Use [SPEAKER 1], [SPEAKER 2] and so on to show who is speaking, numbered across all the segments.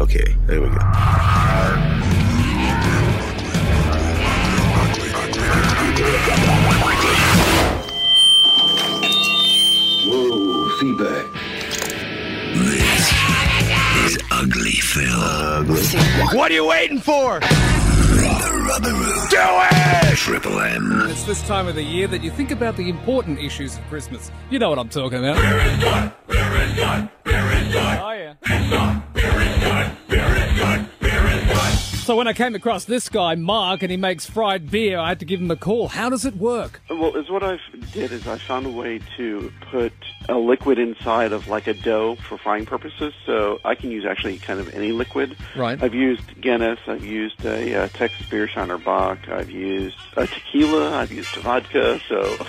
[SPEAKER 1] Okay, there we go.
[SPEAKER 2] Whoa, feedback.
[SPEAKER 3] This is Ugly Phil.
[SPEAKER 4] What are you waiting for?
[SPEAKER 3] Do it! Triple M.
[SPEAKER 5] It's this time of the year that you think about the important issues of Christmas. You know what I'm talking about. Oh, yeah. So when I came across this guy, Mark, and he makes fried beer, I had to give him a call. How does it work?
[SPEAKER 6] Well, is what I did is I found a way to put a liquid inside of like a dough for frying purposes. So I can use actually kind of any liquid.
[SPEAKER 5] Right.
[SPEAKER 6] I've used Guinness. I've used a uh, Texas beer Shiner Bock. I've used a tequila. I've used vodka. So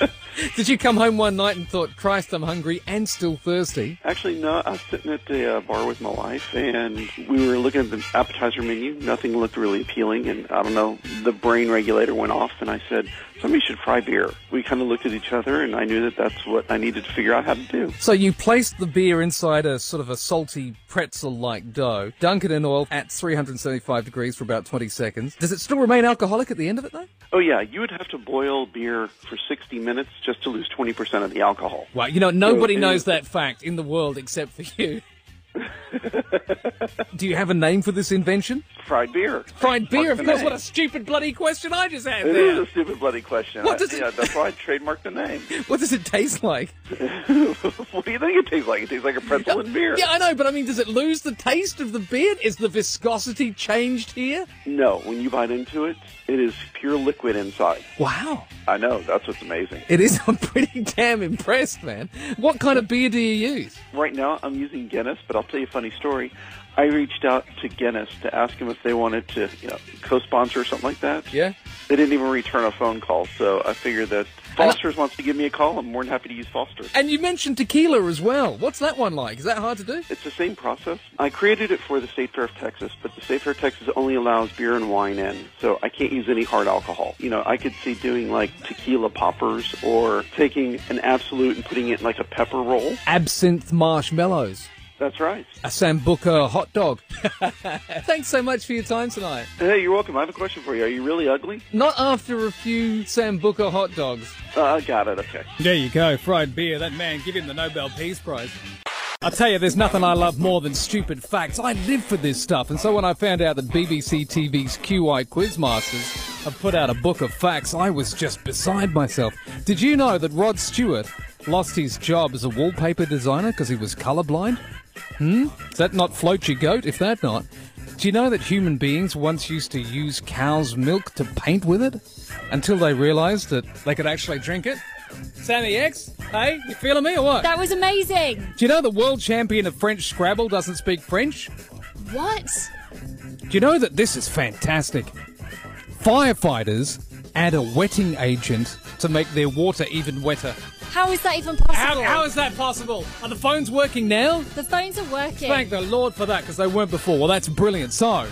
[SPEAKER 5] Did you come home one night and thought, Christ, I'm hungry and still thirsty?
[SPEAKER 6] actually, no. I was sitting at the uh, bar with my wife, and we were looking at the appetizer menu. Nothing looked really appealing, and I don't know. The brain regulator went off, and I said. Somebody should fry beer. We kind of looked at each other, and I knew that that's what I needed to figure out how to do.
[SPEAKER 5] So you placed the beer inside a sort of a salty pretzel-like dough, dunk it in oil at 375 degrees for about 20 seconds. Does it still remain alcoholic at the end of it, though?
[SPEAKER 6] Oh yeah, you would have to boil beer for 60 minutes just to lose 20% of the alcohol.
[SPEAKER 5] Wow, you know, nobody
[SPEAKER 6] it
[SPEAKER 5] knows
[SPEAKER 6] is-
[SPEAKER 5] that fact in the world except for you. Do you have a name for this invention?
[SPEAKER 6] Fried beer.
[SPEAKER 5] Fried beer, of
[SPEAKER 6] the
[SPEAKER 5] course.
[SPEAKER 6] name?
[SPEAKER 5] What a stupid bloody question I just had
[SPEAKER 6] It is
[SPEAKER 5] there.
[SPEAKER 6] a stupid bloody question.
[SPEAKER 5] What
[SPEAKER 6] I-
[SPEAKER 5] does it-
[SPEAKER 6] yeah, that's why I trademarked the name.
[SPEAKER 5] What does it taste like?
[SPEAKER 6] what do you think it tastes like? It tastes like a pretzel and beer.
[SPEAKER 5] Yeah, I know, but I mean, does it lose the taste of the beer? Is the viscosity changed here?
[SPEAKER 6] No, when you bite into it, it is pure liquid inside.
[SPEAKER 5] Wow.
[SPEAKER 6] I know, that's what's amazing.
[SPEAKER 5] It is. I'm pretty damn impressed, man. What kind of beer do you use?
[SPEAKER 6] Right now, I'm using Guinness, but I'll tell you a funny story. I reached out to Guinness to ask them if they wanted to, you know, co-sponsor or something like that.
[SPEAKER 5] Yeah?
[SPEAKER 6] They didn't even return a phone call, so I figured that Foster's wants to give me a call. I'm more than happy to use Foster.
[SPEAKER 5] And you mentioned tequila as well. What's that one like? Is that hard to do?
[SPEAKER 6] It's the same process. I created it for the State Fair of Texas, but the State Fair of Texas only allows beer and wine in, so I can't use any hard alcohol. You know, I could see doing like tequila poppers or taking an absolute and putting it in like a pepper roll.
[SPEAKER 5] Absinthe marshmallows.
[SPEAKER 6] That's right.
[SPEAKER 5] A Sambuca hot dog. Thanks so much for your time tonight.
[SPEAKER 6] Hey, you're welcome. I have a question for you. Are you really ugly?
[SPEAKER 5] Not after a few Sambuca hot dogs.
[SPEAKER 6] Uh, I got it. Okay.
[SPEAKER 5] There you go, fried beer. That man, give him the Nobel Peace Prize. I tell you, there's nothing I love more than stupid facts. I live for this stuff. And so when I found out that BBC TV's QI Quizmasters have put out a book of facts, I was just beside myself. Did you know that Rod Stewart lost his job as a wallpaper designer because he was colorblind? Hmm? Is that not float your goat? If that not, do you know that human beings once used to use cow's milk to paint with it until they realised that they could actually drink it? Sammy X, hey, you feeling me or what?
[SPEAKER 7] That was amazing.
[SPEAKER 5] Do you know the world champion of French Scrabble doesn't speak French?
[SPEAKER 7] What?
[SPEAKER 5] Do you know that this is fantastic? Firefighters add a wetting agent to make their water even wetter.
[SPEAKER 7] How is that even possible?
[SPEAKER 5] How, how is that possible? Are the phones working now?
[SPEAKER 7] the phones are working.
[SPEAKER 5] Thank the Lord for that, because they weren't before. Well, that's brilliant. So,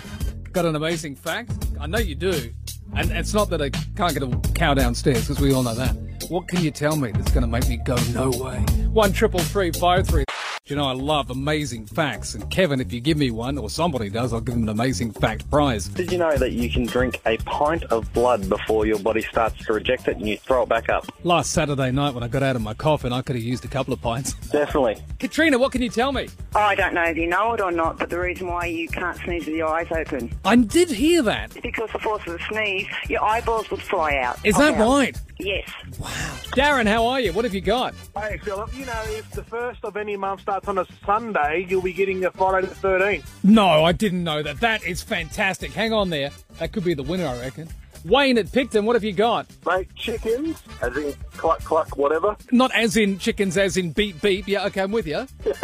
[SPEAKER 5] got an amazing fact. I know you do. And it's not that I can't get a cow downstairs, because we all know that. What can you tell me that's going to make me go no way? One triple three five three. You know, I love amazing facts. And Kevin, if you give me one, or somebody does, I'll give them an amazing fact prize.
[SPEAKER 8] Did you know that you can drink a pint of blood before your body starts to reject it and you throw it back up?
[SPEAKER 5] Last Saturday night when I got out of my coffin, I could have used a couple of pints.
[SPEAKER 8] Definitely.
[SPEAKER 5] Katrina, what can you tell me?
[SPEAKER 9] I don't know if you know it or not, but the reason why you can't sneeze with your eyes open
[SPEAKER 5] I did hear that.
[SPEAKER 9] is because the force of the sneeze, your eyeballs would fly out.
[SPEAKER 5] Is that
[SPEAKER 9] Pop out.
[SPEAKER 5] right?
[SPEAKER 9] Yes.
[SPEAKER 5] Darren, how are you? What have you got?
[SPEAKER 10] Hey, Philip, you know, if the first of any month starts on a Sunday, you'll be getting a Friday the 13th.
[SPEAKER 5] No, I didn't know that. That is fantastic. Hang on there. That could be the winner, I reckon. Wayne at Picton, what have you got?
[SPEAKER 10] Mate, chickens, as in cluck, cluck, whatever,
[SPEAKER 5] Not as in chickens, as in beep beep. Yeah, okay, I'm with you.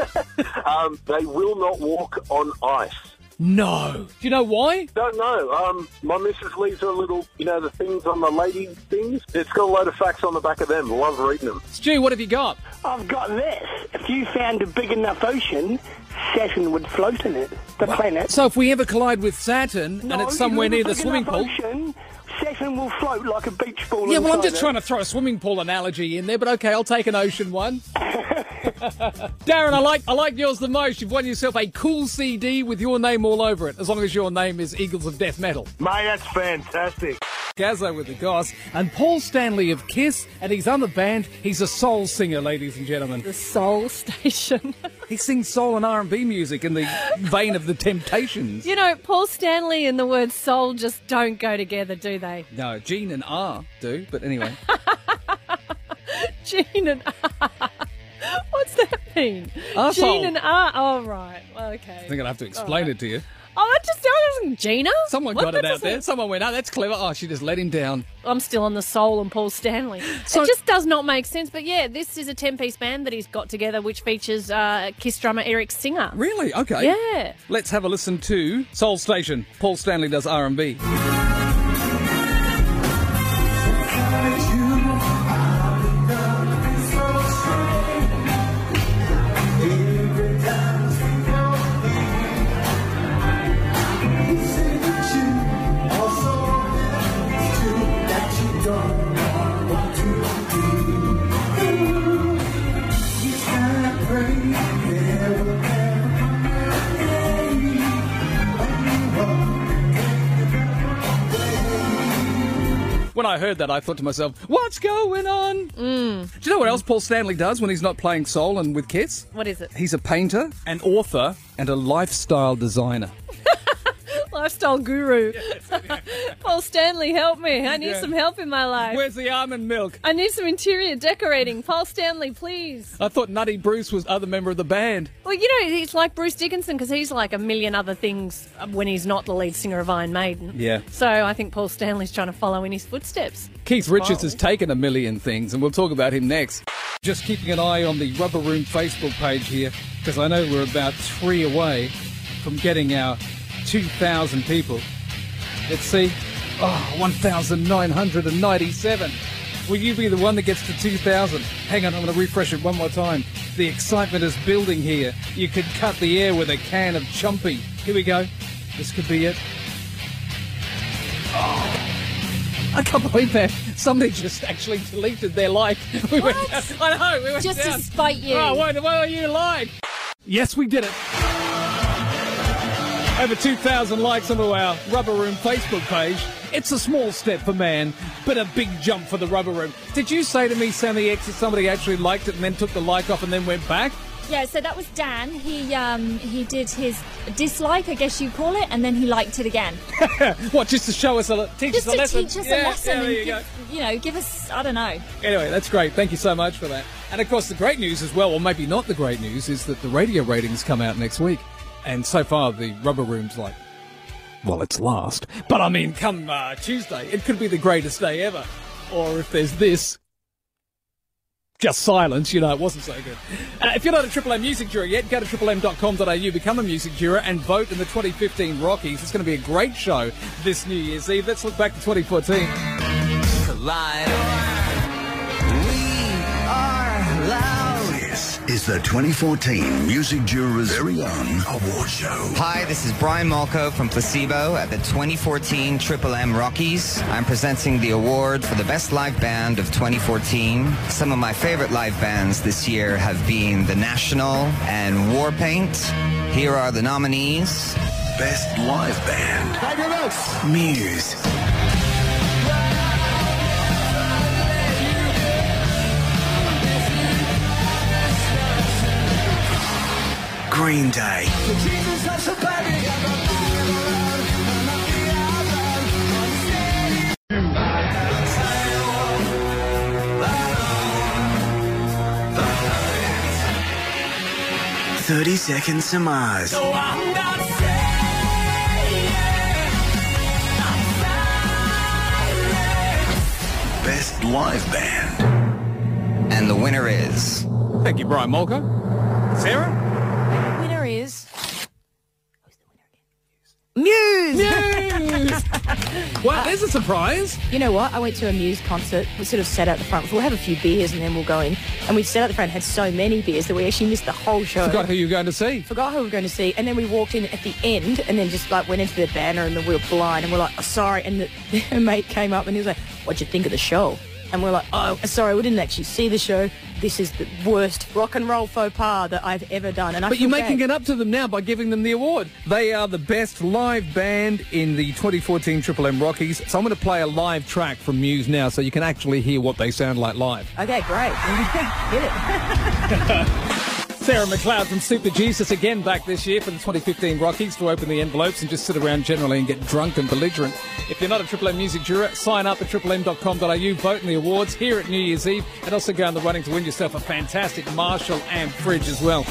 [SPEAKER 10] um, they will not walk on ice.
[SPEAKER 5] No. Do you know why?
[SPEAKER 10] Don't know. Um, my missus leaves her little, you know, the things on the lady things. It's got a load of facts on the back of them. Love reading them.
[SPEAKER 5] Stu, what have you got?
[SPEAKER 9] I've got this. If you found a big enough ocean, Saturn would float in it. The planet.
[SPEAKER 5] So if we ever collide with Saturn and it's somewhere near the swimming pool.
[SPEAKER 9] Ocean, Saturn will float like a beach ball.
[SPEAKER 5] Yeah, well, I'm just trying to throw a swimming pool analogy in there, but okay, I'll take an ocean one. Darren, I like I like yours the most. You've won yourself a cool CD with your name all over it, as long as your name is Eagles of Death Metal.
[SPEAKER 10] Mate, that's fantastic.
[SPEAKER 5] Gazzo with the Goss, and Paul Stanley of Kiss, and he's on the band. He's a soul singer, ladies and gentlemen.
[SPEAKER 1] The Soul Station.
[SPEAKER 5] He sings soul and R and B music in the vein of the Temptations.
[SPEAKER 1] you know, Paul Stanley and the word soul just don't go together, do they?
[SPEAKER 5] No, Gene and R do, but anyway,
[SPEAKER 1] Gene and What's that mean?
[SPEAKER 5] Arsehole.
[SPEAKER 1] Gene and R. Oh, right. Well,
[SPEAKER 5] I
[SPEAKER 1] okay.
[SPEAKER 5] think I'll have to explain it to you.
[SPEAKER 1] Oh, that just sounds Gina.
[SPEAKER 5] Someone
[SPEAKER 1] What?
[SPEAKER 5] got
[SPEAKER 1] That
[SPEAKER 5] it out
[SPEAKER 1] doesn't-
[SPEAKER 5] there. Someone went, "Oh, that's clever." Oh, she just let him down.
[SPEAKER 1] I'm still on the soul and Paul Stanley.
[SPEAKER 5] So-
[SPEAKER 1] it just does not make sense. But yeah, this is a 10 piece band that he's got together, which features uh, Kiss drummer Eric Singer.
[SPEAKER 5] Really? Okay.
[SPEAKER 1] Yeah.
[SPEAKER 5] Let's have a listen to Soul Station. Paul Stanley does R and B. When I heard that, I thought to myself, "What's going on?"
[SPEAKER 1] Mm.
[SPEAKER 5] Do you know what else Paul Stanley does when he's not playing soul and with Kiss?
[SPEAKER 1] What is it?
[SPEAKER 5] He's a painter, an author, and a lifestyle designer.
[SPEAKER 1] Lifestyle guru. Paul Stanley, help me. I need
[SPEAKER 5] Yeah.
[SPEAKER 1] some help in my life.
[SPEAKER 5] Where's the almond milk?
[SPEAKER 1] I need some interior decorating. Paul Stanley, please.
[SPEAKER 5] I thought Nutty Bruce was other member of the band.
[SPEAKER 1] Well, you know, he's like Bruce Dickinson because he's like a million other things when he's not the lead singer of Iron Maiden.
[SPEAKER 5] Yeah.
[SPEAKER 1] So I think Paul Stanley's trying to follow in his footsteps.
[SPEAKER 5] Keith Richards has taken a million things, and we'll talk about him next. Just keeping an eye on the Rubber Room Facebook page here, because I know we're about three away from getting our 2,000 people. Let's see. Oh, 1,997. Will you be the one that gets to 2,000? Hang on, I'm going to refresh it one more time. The excitement is building here. You could cut the air with a can of chumpy. Here we go. This could be it. Ah, I can't believe that somebody just actually deleted their like. We went
[SPEAKER 7] What?
[SPEAKER 5] down- I know. We went
[SPEAKER 7] Just to
[SPEAKER 5] down.
[SPEAKER 7] spite you.
[SPEAKER 5] Oh, what, what are you like? Yes, we did it. Over 2,000 likes on our Rubber Room Facebook page. It's a small step for man, but a big jump for the Rubber Room. Did you say to me, Sammy X, that somebody actually liked it and then took the like off and then went back?
[SPEAKER 7] Yeah, so that was Dan. He um he did his dislike, I guess you call it, and then he liked it again.
[SPEAKER 5] What, just to show us a le- teach
[SPEAKER 7] Just
[SPEAKER 5] us a
[SPEAKER 7] to
[SPEAKER 5] lesson?
[SPEAKER 7] teach us a
[SPEAKER 5] yeah,
[SPEAKER 7] lesson
[SPEAKER 5] yeah, there
[SPEAKER 7] and
[SPEAKER 5] you go.
[SPEAKER 7] give, you know, give us I don't know.
[SPEAKER 5] Anyway, that's great. Thank you so much for that. And of course, the great news as well, or maybe not the great news, is that the radio ratings come out next week. And so far, the Rubber Room's like, well, it's last. But I mean, come uh, Tuesday, it could be the greatest day ever. Or if there's this, just silence, you know, it wasn't so good. Uh, if you're not a Triple M music juror yet, go to triplem.com.au, become a music juror, and vote in the 2015 Rockies. It's going to be a great show this New Year's Eve. Let's look back to 2014.
[SPEAKER 3] This is the 2014 Music Jurors Very Own Award Show.
[SPEAKER 11] Hi, this is Brian Malko from Placebo at the 2014 Triple M Rockies. I'm presenting the award for the best live band of 2014. Some of my favorite live bands this year have been The National and Warpaint. Here are the nominees.
[SPEAKER 3] Best Live Band. Muse. Green Day. Thirty Seconds to Mars. Best Live Band.
[SPEAKER 11] And the winner is.
[SPEAKER 5] Thank you, Brian Molko. Sarah?
[SPEAKER 1] Winner is.
[SPEAKER 5] Wow, there's a surprise.
[SPEAKER 12] You know what? I went to a Muse concert. We sort of sat out the front. We'll have a few beers and then we'll go in. And we sat out the front, had so many beers that we actually missed the whole show.
[SPEAKER 5] Forgot who you're going to see.
[SPEAKER 12] Forgot who we were going to see. And then we walked in at the end and then just like went into the banner and then we were blind and we're like, oh, sorry. And the, her mate came up and he was like, what'd you think of the show? and we're like, oh, sorry, we didn't actually see the show. This is the worst rock and roll faux pas that I've ever done. And I
[SPEAKER 5] But
[SPEAKER 12] feel
[SPEAKER 5] you're making
[SPEAKER 12] bad.
[SPEAKER 5] it up to them now by giving them the award. They are the best live band in the 2014 Triple M Rockies. So I'm going to play a live track from Muse now so you can actually hear what they sound like live.
[SPEAKER 12] Okay, great. Get it.
[SPEAKER 5] Sarah McLeod from Super Jesus again back this year for the 2015 Rockies to open the envelopes and just sit around generally and get drunk and belligerent. If you're not a Triple M music juror, sign up at triplem.com.au, vote in the awards here at New Year's Eve, and also go in the running to win yourself a fantastic Marshall amp fridge as well.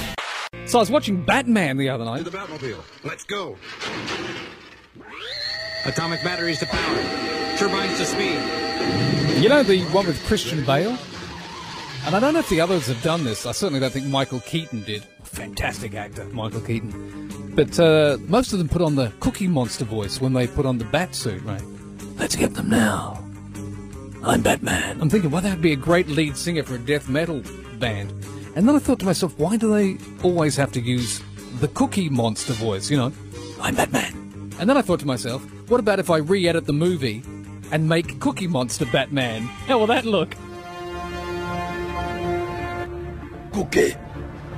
[SPEAKER 5] So I was watching Batman the other night.
[SPEAKER 13] To the Batmobile. Let's go. Atomic batteries to power. Turbines to speed.
[SPEAKER 5] You know the one with Christian Bale? And I don't know if the others have done this. I certainly don't think Michael Keaton did. Fantastic actor, Michael Keaton. But uh, most of them put on the Cookie Monster voice when they put on the bat suit, right? Let's get them now. I'm Batman. I'm thinking, well, that'd be a great lead singer for a death metal band. And then I thought to myself, why do they always have to use the Cookie Monster voice? You know, I'm Batman. And then I thought to myself, what about if I re-edit the movie and make Cookie Monster Batman? How will that look?
[SPEAKER 13] Cookie.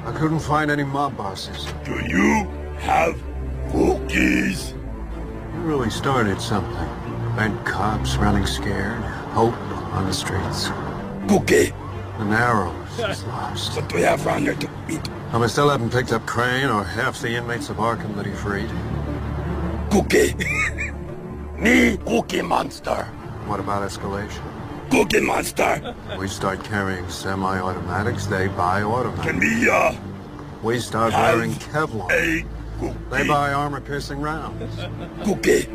[SPEAKER 13] I couldn't find any mob bosses. Do you have cookies? You really started something. Bent cops running scared. Hope on the streets. Cookie. An arrow is lost. What do you have around here to eat? I still haven't picked up Crane or half the inmates of Arkham that he freed. Cookie. Me, Cookie Monster. What about escalation? Cookie Monster. We start carrying semi-automatics, they buy automatics. Can we, uh... We start wearing Kevlar. They buy armor-piercing rounds. Cookie.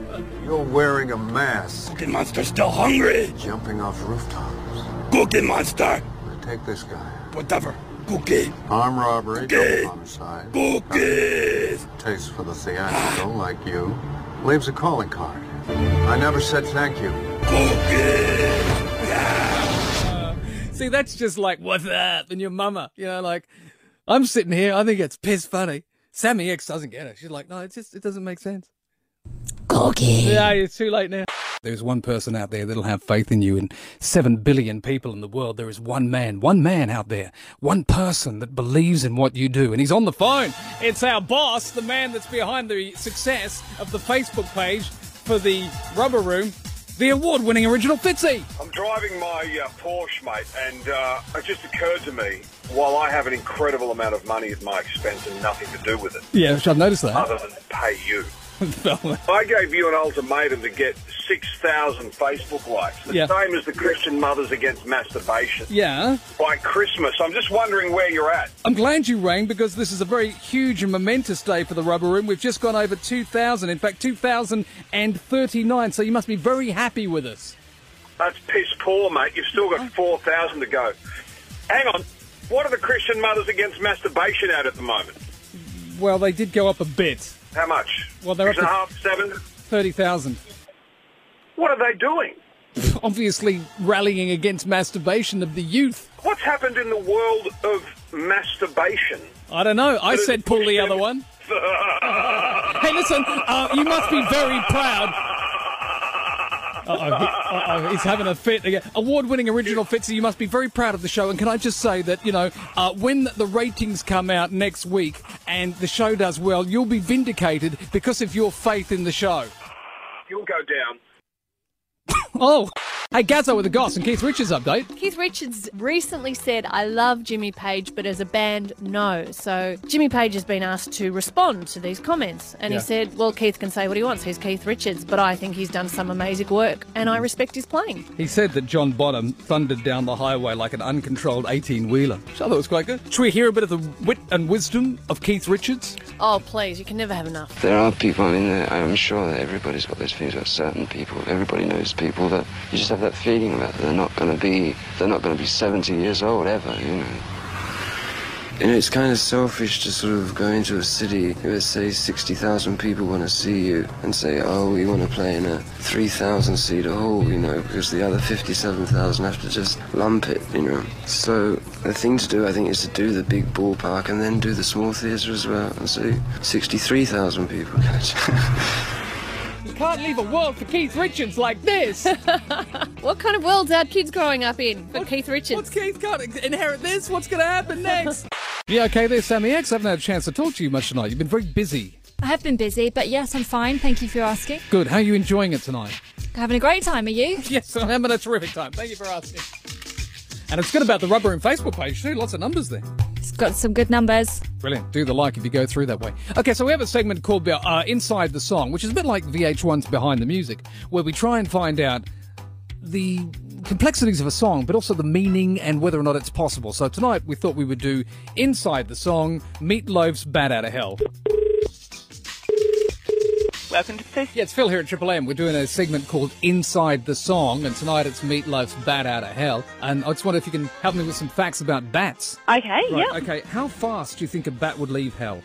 [SPEAKER 13] You're wearing a mask. Cookie Monster still hungry. Jumping off rooftops. Cookie Monster. Take this guy. Whatever. Cookie. Arm robbery, double homicide. Cookies. Taste for the theatrical, like you. Leaves a calling card. I never said thank you.
[SPEAKER 5] See, that's just like, what's up? And your mama, you know, like, I'm sitting here, I think it's piss funny. Sammy X doesn't get it. She's like, no, it just, it doesn't make sense.
[SPEAKER 12] Cookie.
[SPEAKER 5] Yeah, it's too late now. There's one person out there that'll have faith in you, and seven billion people in the world. There is one man, one man out there, one person that believes in what you do, and he's on the phone. It's our boss, the man that's behind the success of the Facebook page for the Rubber Room, the award-winning original Fitzy.
[SPEAKER 14] I'm driving my uh, Porsche, mate, and uh, it just occurred to me while I have an incredible amount of money at my expense and nothing to do with it.
[SPEAKER 5] Yeah, I've noticed
[SPEAKER 14] Other than pay you.
[SPEAKER 5] that.
[SPEAKER 14] I gave you an ultimatum to get 6,000 Facebook likes, the
[SPEAKER 5] Yeah.
[SPEAKER 14] same as the Christian Mothers Against Masturbation.
[SPEAKER 5] yeah.
[SPEAKER 14] By Christmas, I'm just wondering where you're at.
[SPEAKER 5] I'm glad you rang because this is a very huge and momentous day for the Rubber Room. We've just gone over 2,000, in fact, 2,039, so you must be very happy with us.
[SPEAKER 14] That's piss poor, mate. You've still got 4,000 to go. Hang on. What are the Christian Mothers Against Masturbation at at the moment?
[SPEAKER 5] Well, they did go up a bit,
[SPEAKER 14] How much?
[SPEAKER 5] Well, they're
[SPEAKER 14] Six and a
[SPEAKER 5] up
[SPEAKER 14] half, seven?
[SPEAKER 5] 30,000.
[SPEAKER 14] What are they doing?
[SPEAKER 5] Obviously, rallying against masturbation of the youth.
[SPEAKER 14] What's happened in the world of masturbation?
[SPEAKER 5] I don't know. I said pull the other one. Hey, listen, uh, you must be very proud. Uh-oh, he, uh-oh, he's having a fit again. Award-winning original Fitzy, you must be very proud of the show. And can I just say that, you know, uh, when the ratings come out next week and the show does well, you'll be vindicated because of your faith in the show.
[SPEAKER 14] You'll go down.
[SPEAKER 5] Oh, hey, Gazzo with the Goss and Keith Richards update.
[SPEAKER 1] Keith Richards recently said, I love Jimmy Page, but as a band, no. So Jimmy Page has been asked to respond to these comments. And
[SPEAKER 15] Yeah.
[SPEAKER 1] he said, Well, Keith can say what he wants. He's Keith Richards, but I think he's done some amazing work and I respect his playing.
[SPEAKER 5] He said that John Bonham thundered down the highway like an uncontrolled 18-wheeler, which I thought was quite good. Should we hear a bit of the wit and wisdom of Keith Richards?
[SPEAKER 1] Oh, please, you can never have enough.
[SPEAKER 16] There are people, I mean, there- I'm sure that everybody's got those feelings about certain people. Everybody knows people that you just have that feeling that they're not going to be, they're not going to be 70 years old ever, you know. You know, it's kind of selfish to sort of go into a city where, say, 60,000 people want to see you and say, oh, we want to play in a 3,000 seat hall, you know, because the other 57,000 have to just lump it, you know. So the thing to do, I think, is to do the big ballpark and then do the small theatre as well and see 63,000 people.
[SPEAKER 5] You can't leave a world for Keith Richards like this.
[SPEAKER 1] What kind of world's our kids growing up in? But Keith Richards. What's
[SPEAKER 5] Keith got? Inherit this? What's going to happen next? yeah, okay, there's Sammy X. I haven't had a chance to talk to you much tonight. You've been very busy.
[SPEAKER 7] I have been busy, but yes, I'm fine. Thank you for asking.
[SPEAKER 5] Good. How are you enjoying it tonight?
[SPEAKER 7] Having a great time, are you?
[SPEAKER 5] Yes, I'm having a terrific time. Thank you for asking. And it's good about the Rubber and Facebook page, too. Lots of numbers there.
[SPEAKER 7] It's got some good numbers.
[SPEAKER 5] Brilliant. Do the like if you go through that way. Okay, so we have a segment called uh, Inside the Song, which is a bit like VH1's Behind the Music, where we try and find out the complexities of a song, but also the meaning and whether or not it's possible. So tonight we thought we would do Inside the Song, Meatloaf's Bat Out of Hell.
[SPEAKER 15] Welcome to the
[SPEAKER 5] Yeah, it's Phil here at Triple M. We're doing a segment called Inside the Song, and tonight it's Meatloaf's Bat Out of Hell. And I just wonder if you can help me with some facts about bats.
[SPEAKER 15] Okay,
[SPEAKER 5] Right,
[SPEAKER 15] yep.
[SPEAKER 5] Okay, how fast do you think a bat would leave hell?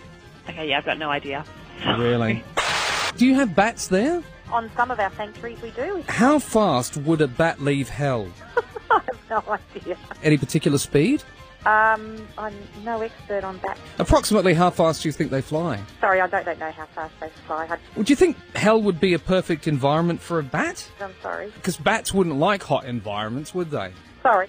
[SPEAKER 15] Okay, yeah, I've got no idea.
[SPEAKER 5] Really? do you have bats there?
[SPEAKER 15] On some of our sanctuaries, we do.
[SPEAKER 5] How fast would a bat leave hell?
[SPEAKER 15] I have no idea.
[SPEAKER 5] Any particular speed?
[SPEAKER 15] Um, I'm no expert on bats.
[SPEAKER 5] Approximately how fast do you think they fly?
[SPEAKER 15] Sorry, I don't, don't know how fast they fly. I,
[SPEAKER 5] Would you think hell would be a perfect environment for a bat?
[SPEAKER 15] I'm sorry.
[SPEAKER 5] Because bats wouldn't like hot environments, would they?
[SPEAKER 15] Sorry.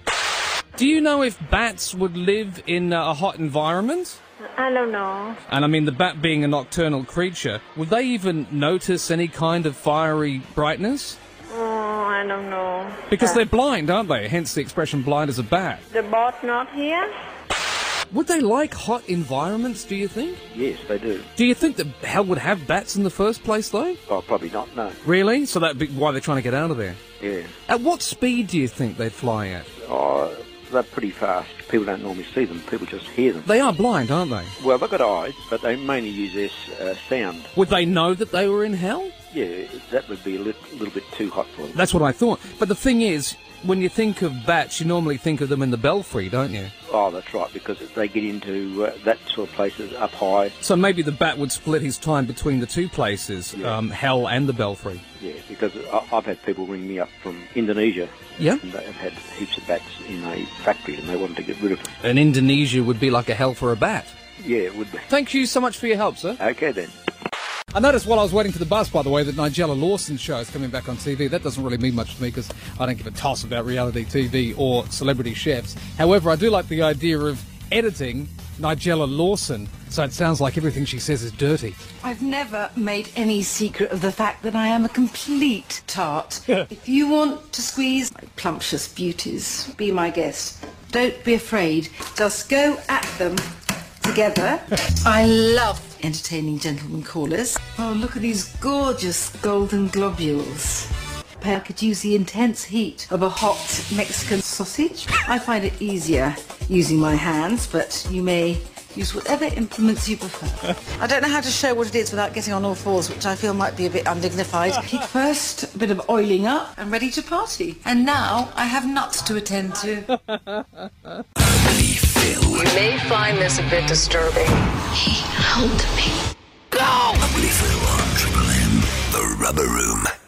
[SPEAKER 5] Do you know if bats would live in uh, a hot environment?
[SPEAKER 15] I don't know.
[SPEAKER 5] And I mean, the bat being a nocturnal creature, would they even notice any kind of fiery brightness?
[SPEAKER 15] Oh, I don't know.
[SPEAKER 5] Because they're blind, aren't they? Hence the expression blind as a bat.
[SPEAKER 15] The bot not here?
[SPEAKER 5] Would they like hot environments, do you think?
[SPEAKER 17] Yes, they do.
[SPEAKER 5] Do you think that hell would have bats in the first place, though?
[SPEAKER 17] Oh, probably not, no.
[SPEAKER 5] Really? So that'd be why they're trying to get out of there.
[SPEAKER 17] Yeah.
[SPEAKER 5] At what speed do you think they'd fly at?
[SPEAKER 17] Oh, they're pretty fast. People don't normally see them. People just hear them.
[SPEAKER 5] They are blind, aren't they?
[SPEAKER 17] Well, they've got eyes, but they mainly use their s- uh, sound.
[SPEAKER 5] Would they know that they were in hell?
[SPEAKER 17] Yeah, that would be a little, little bit too hot for them.
[SPEAKER 5] That's what I thought. But the thing is, when you think of bats, you normally think of them in the belfry, don't you?
[SPEAKER 17] Oh, that's right, because they get into uh, that sort of places up high.
[SPEAKER 5] So maybe the bat would split his time between the two places,
[SPEAKER 17] Yeah.
[SPEAKER 5] um, hell and the belfry.
[SPEAKER 17] Yeah, because I, I've had people ring me up from Indonesia.
[SPEAKER 5] Yeah.
[SPEAKER 17] And they've had heaps of bats in a factory and they wanted to get rid of them.
[SPEAKER 5] And Indonesia would be like a hell for a bat.
[SPEAKER 17] Yeah, it would be.
[SPEAKER 5] Thank you so much for your help, sir.
[SPEAKER 17] Okay, then.
[SPEAKER 5] I noticed while I was waiting for the bus, by the way, that Nigella Lawson's show is coming back on TV. That doesn't really mean much to me because I don't give a toss about reality TV or celebrity chefs. However, I do like the idea of editing Nigella Lawson so it sounds like everything she says is dirty.
[SPEAKER 18] I've never made any secret of the fact that I am a complete tart. if you want to squeeze my plumptious beauties, be my guest. Don't be afraid. Just go at them together. I love entertaining gentlemen callers. Oh, look at these gorgeous golden globules. I could use the intense heat of a hot Mexican sausage. I find it easier using my hands, but you may use whatever implements you prefer. I don't know how to show what it is without getting on all fours, which I feel might be a bit undignified. Heat first, a bit of oiling up, and ready to party. And now I have nuts to attend to.
[SPEAKER 19] You may find this a bit disturbing. He held me.
[SPEAKER 3] Triple M, the Rubber Room.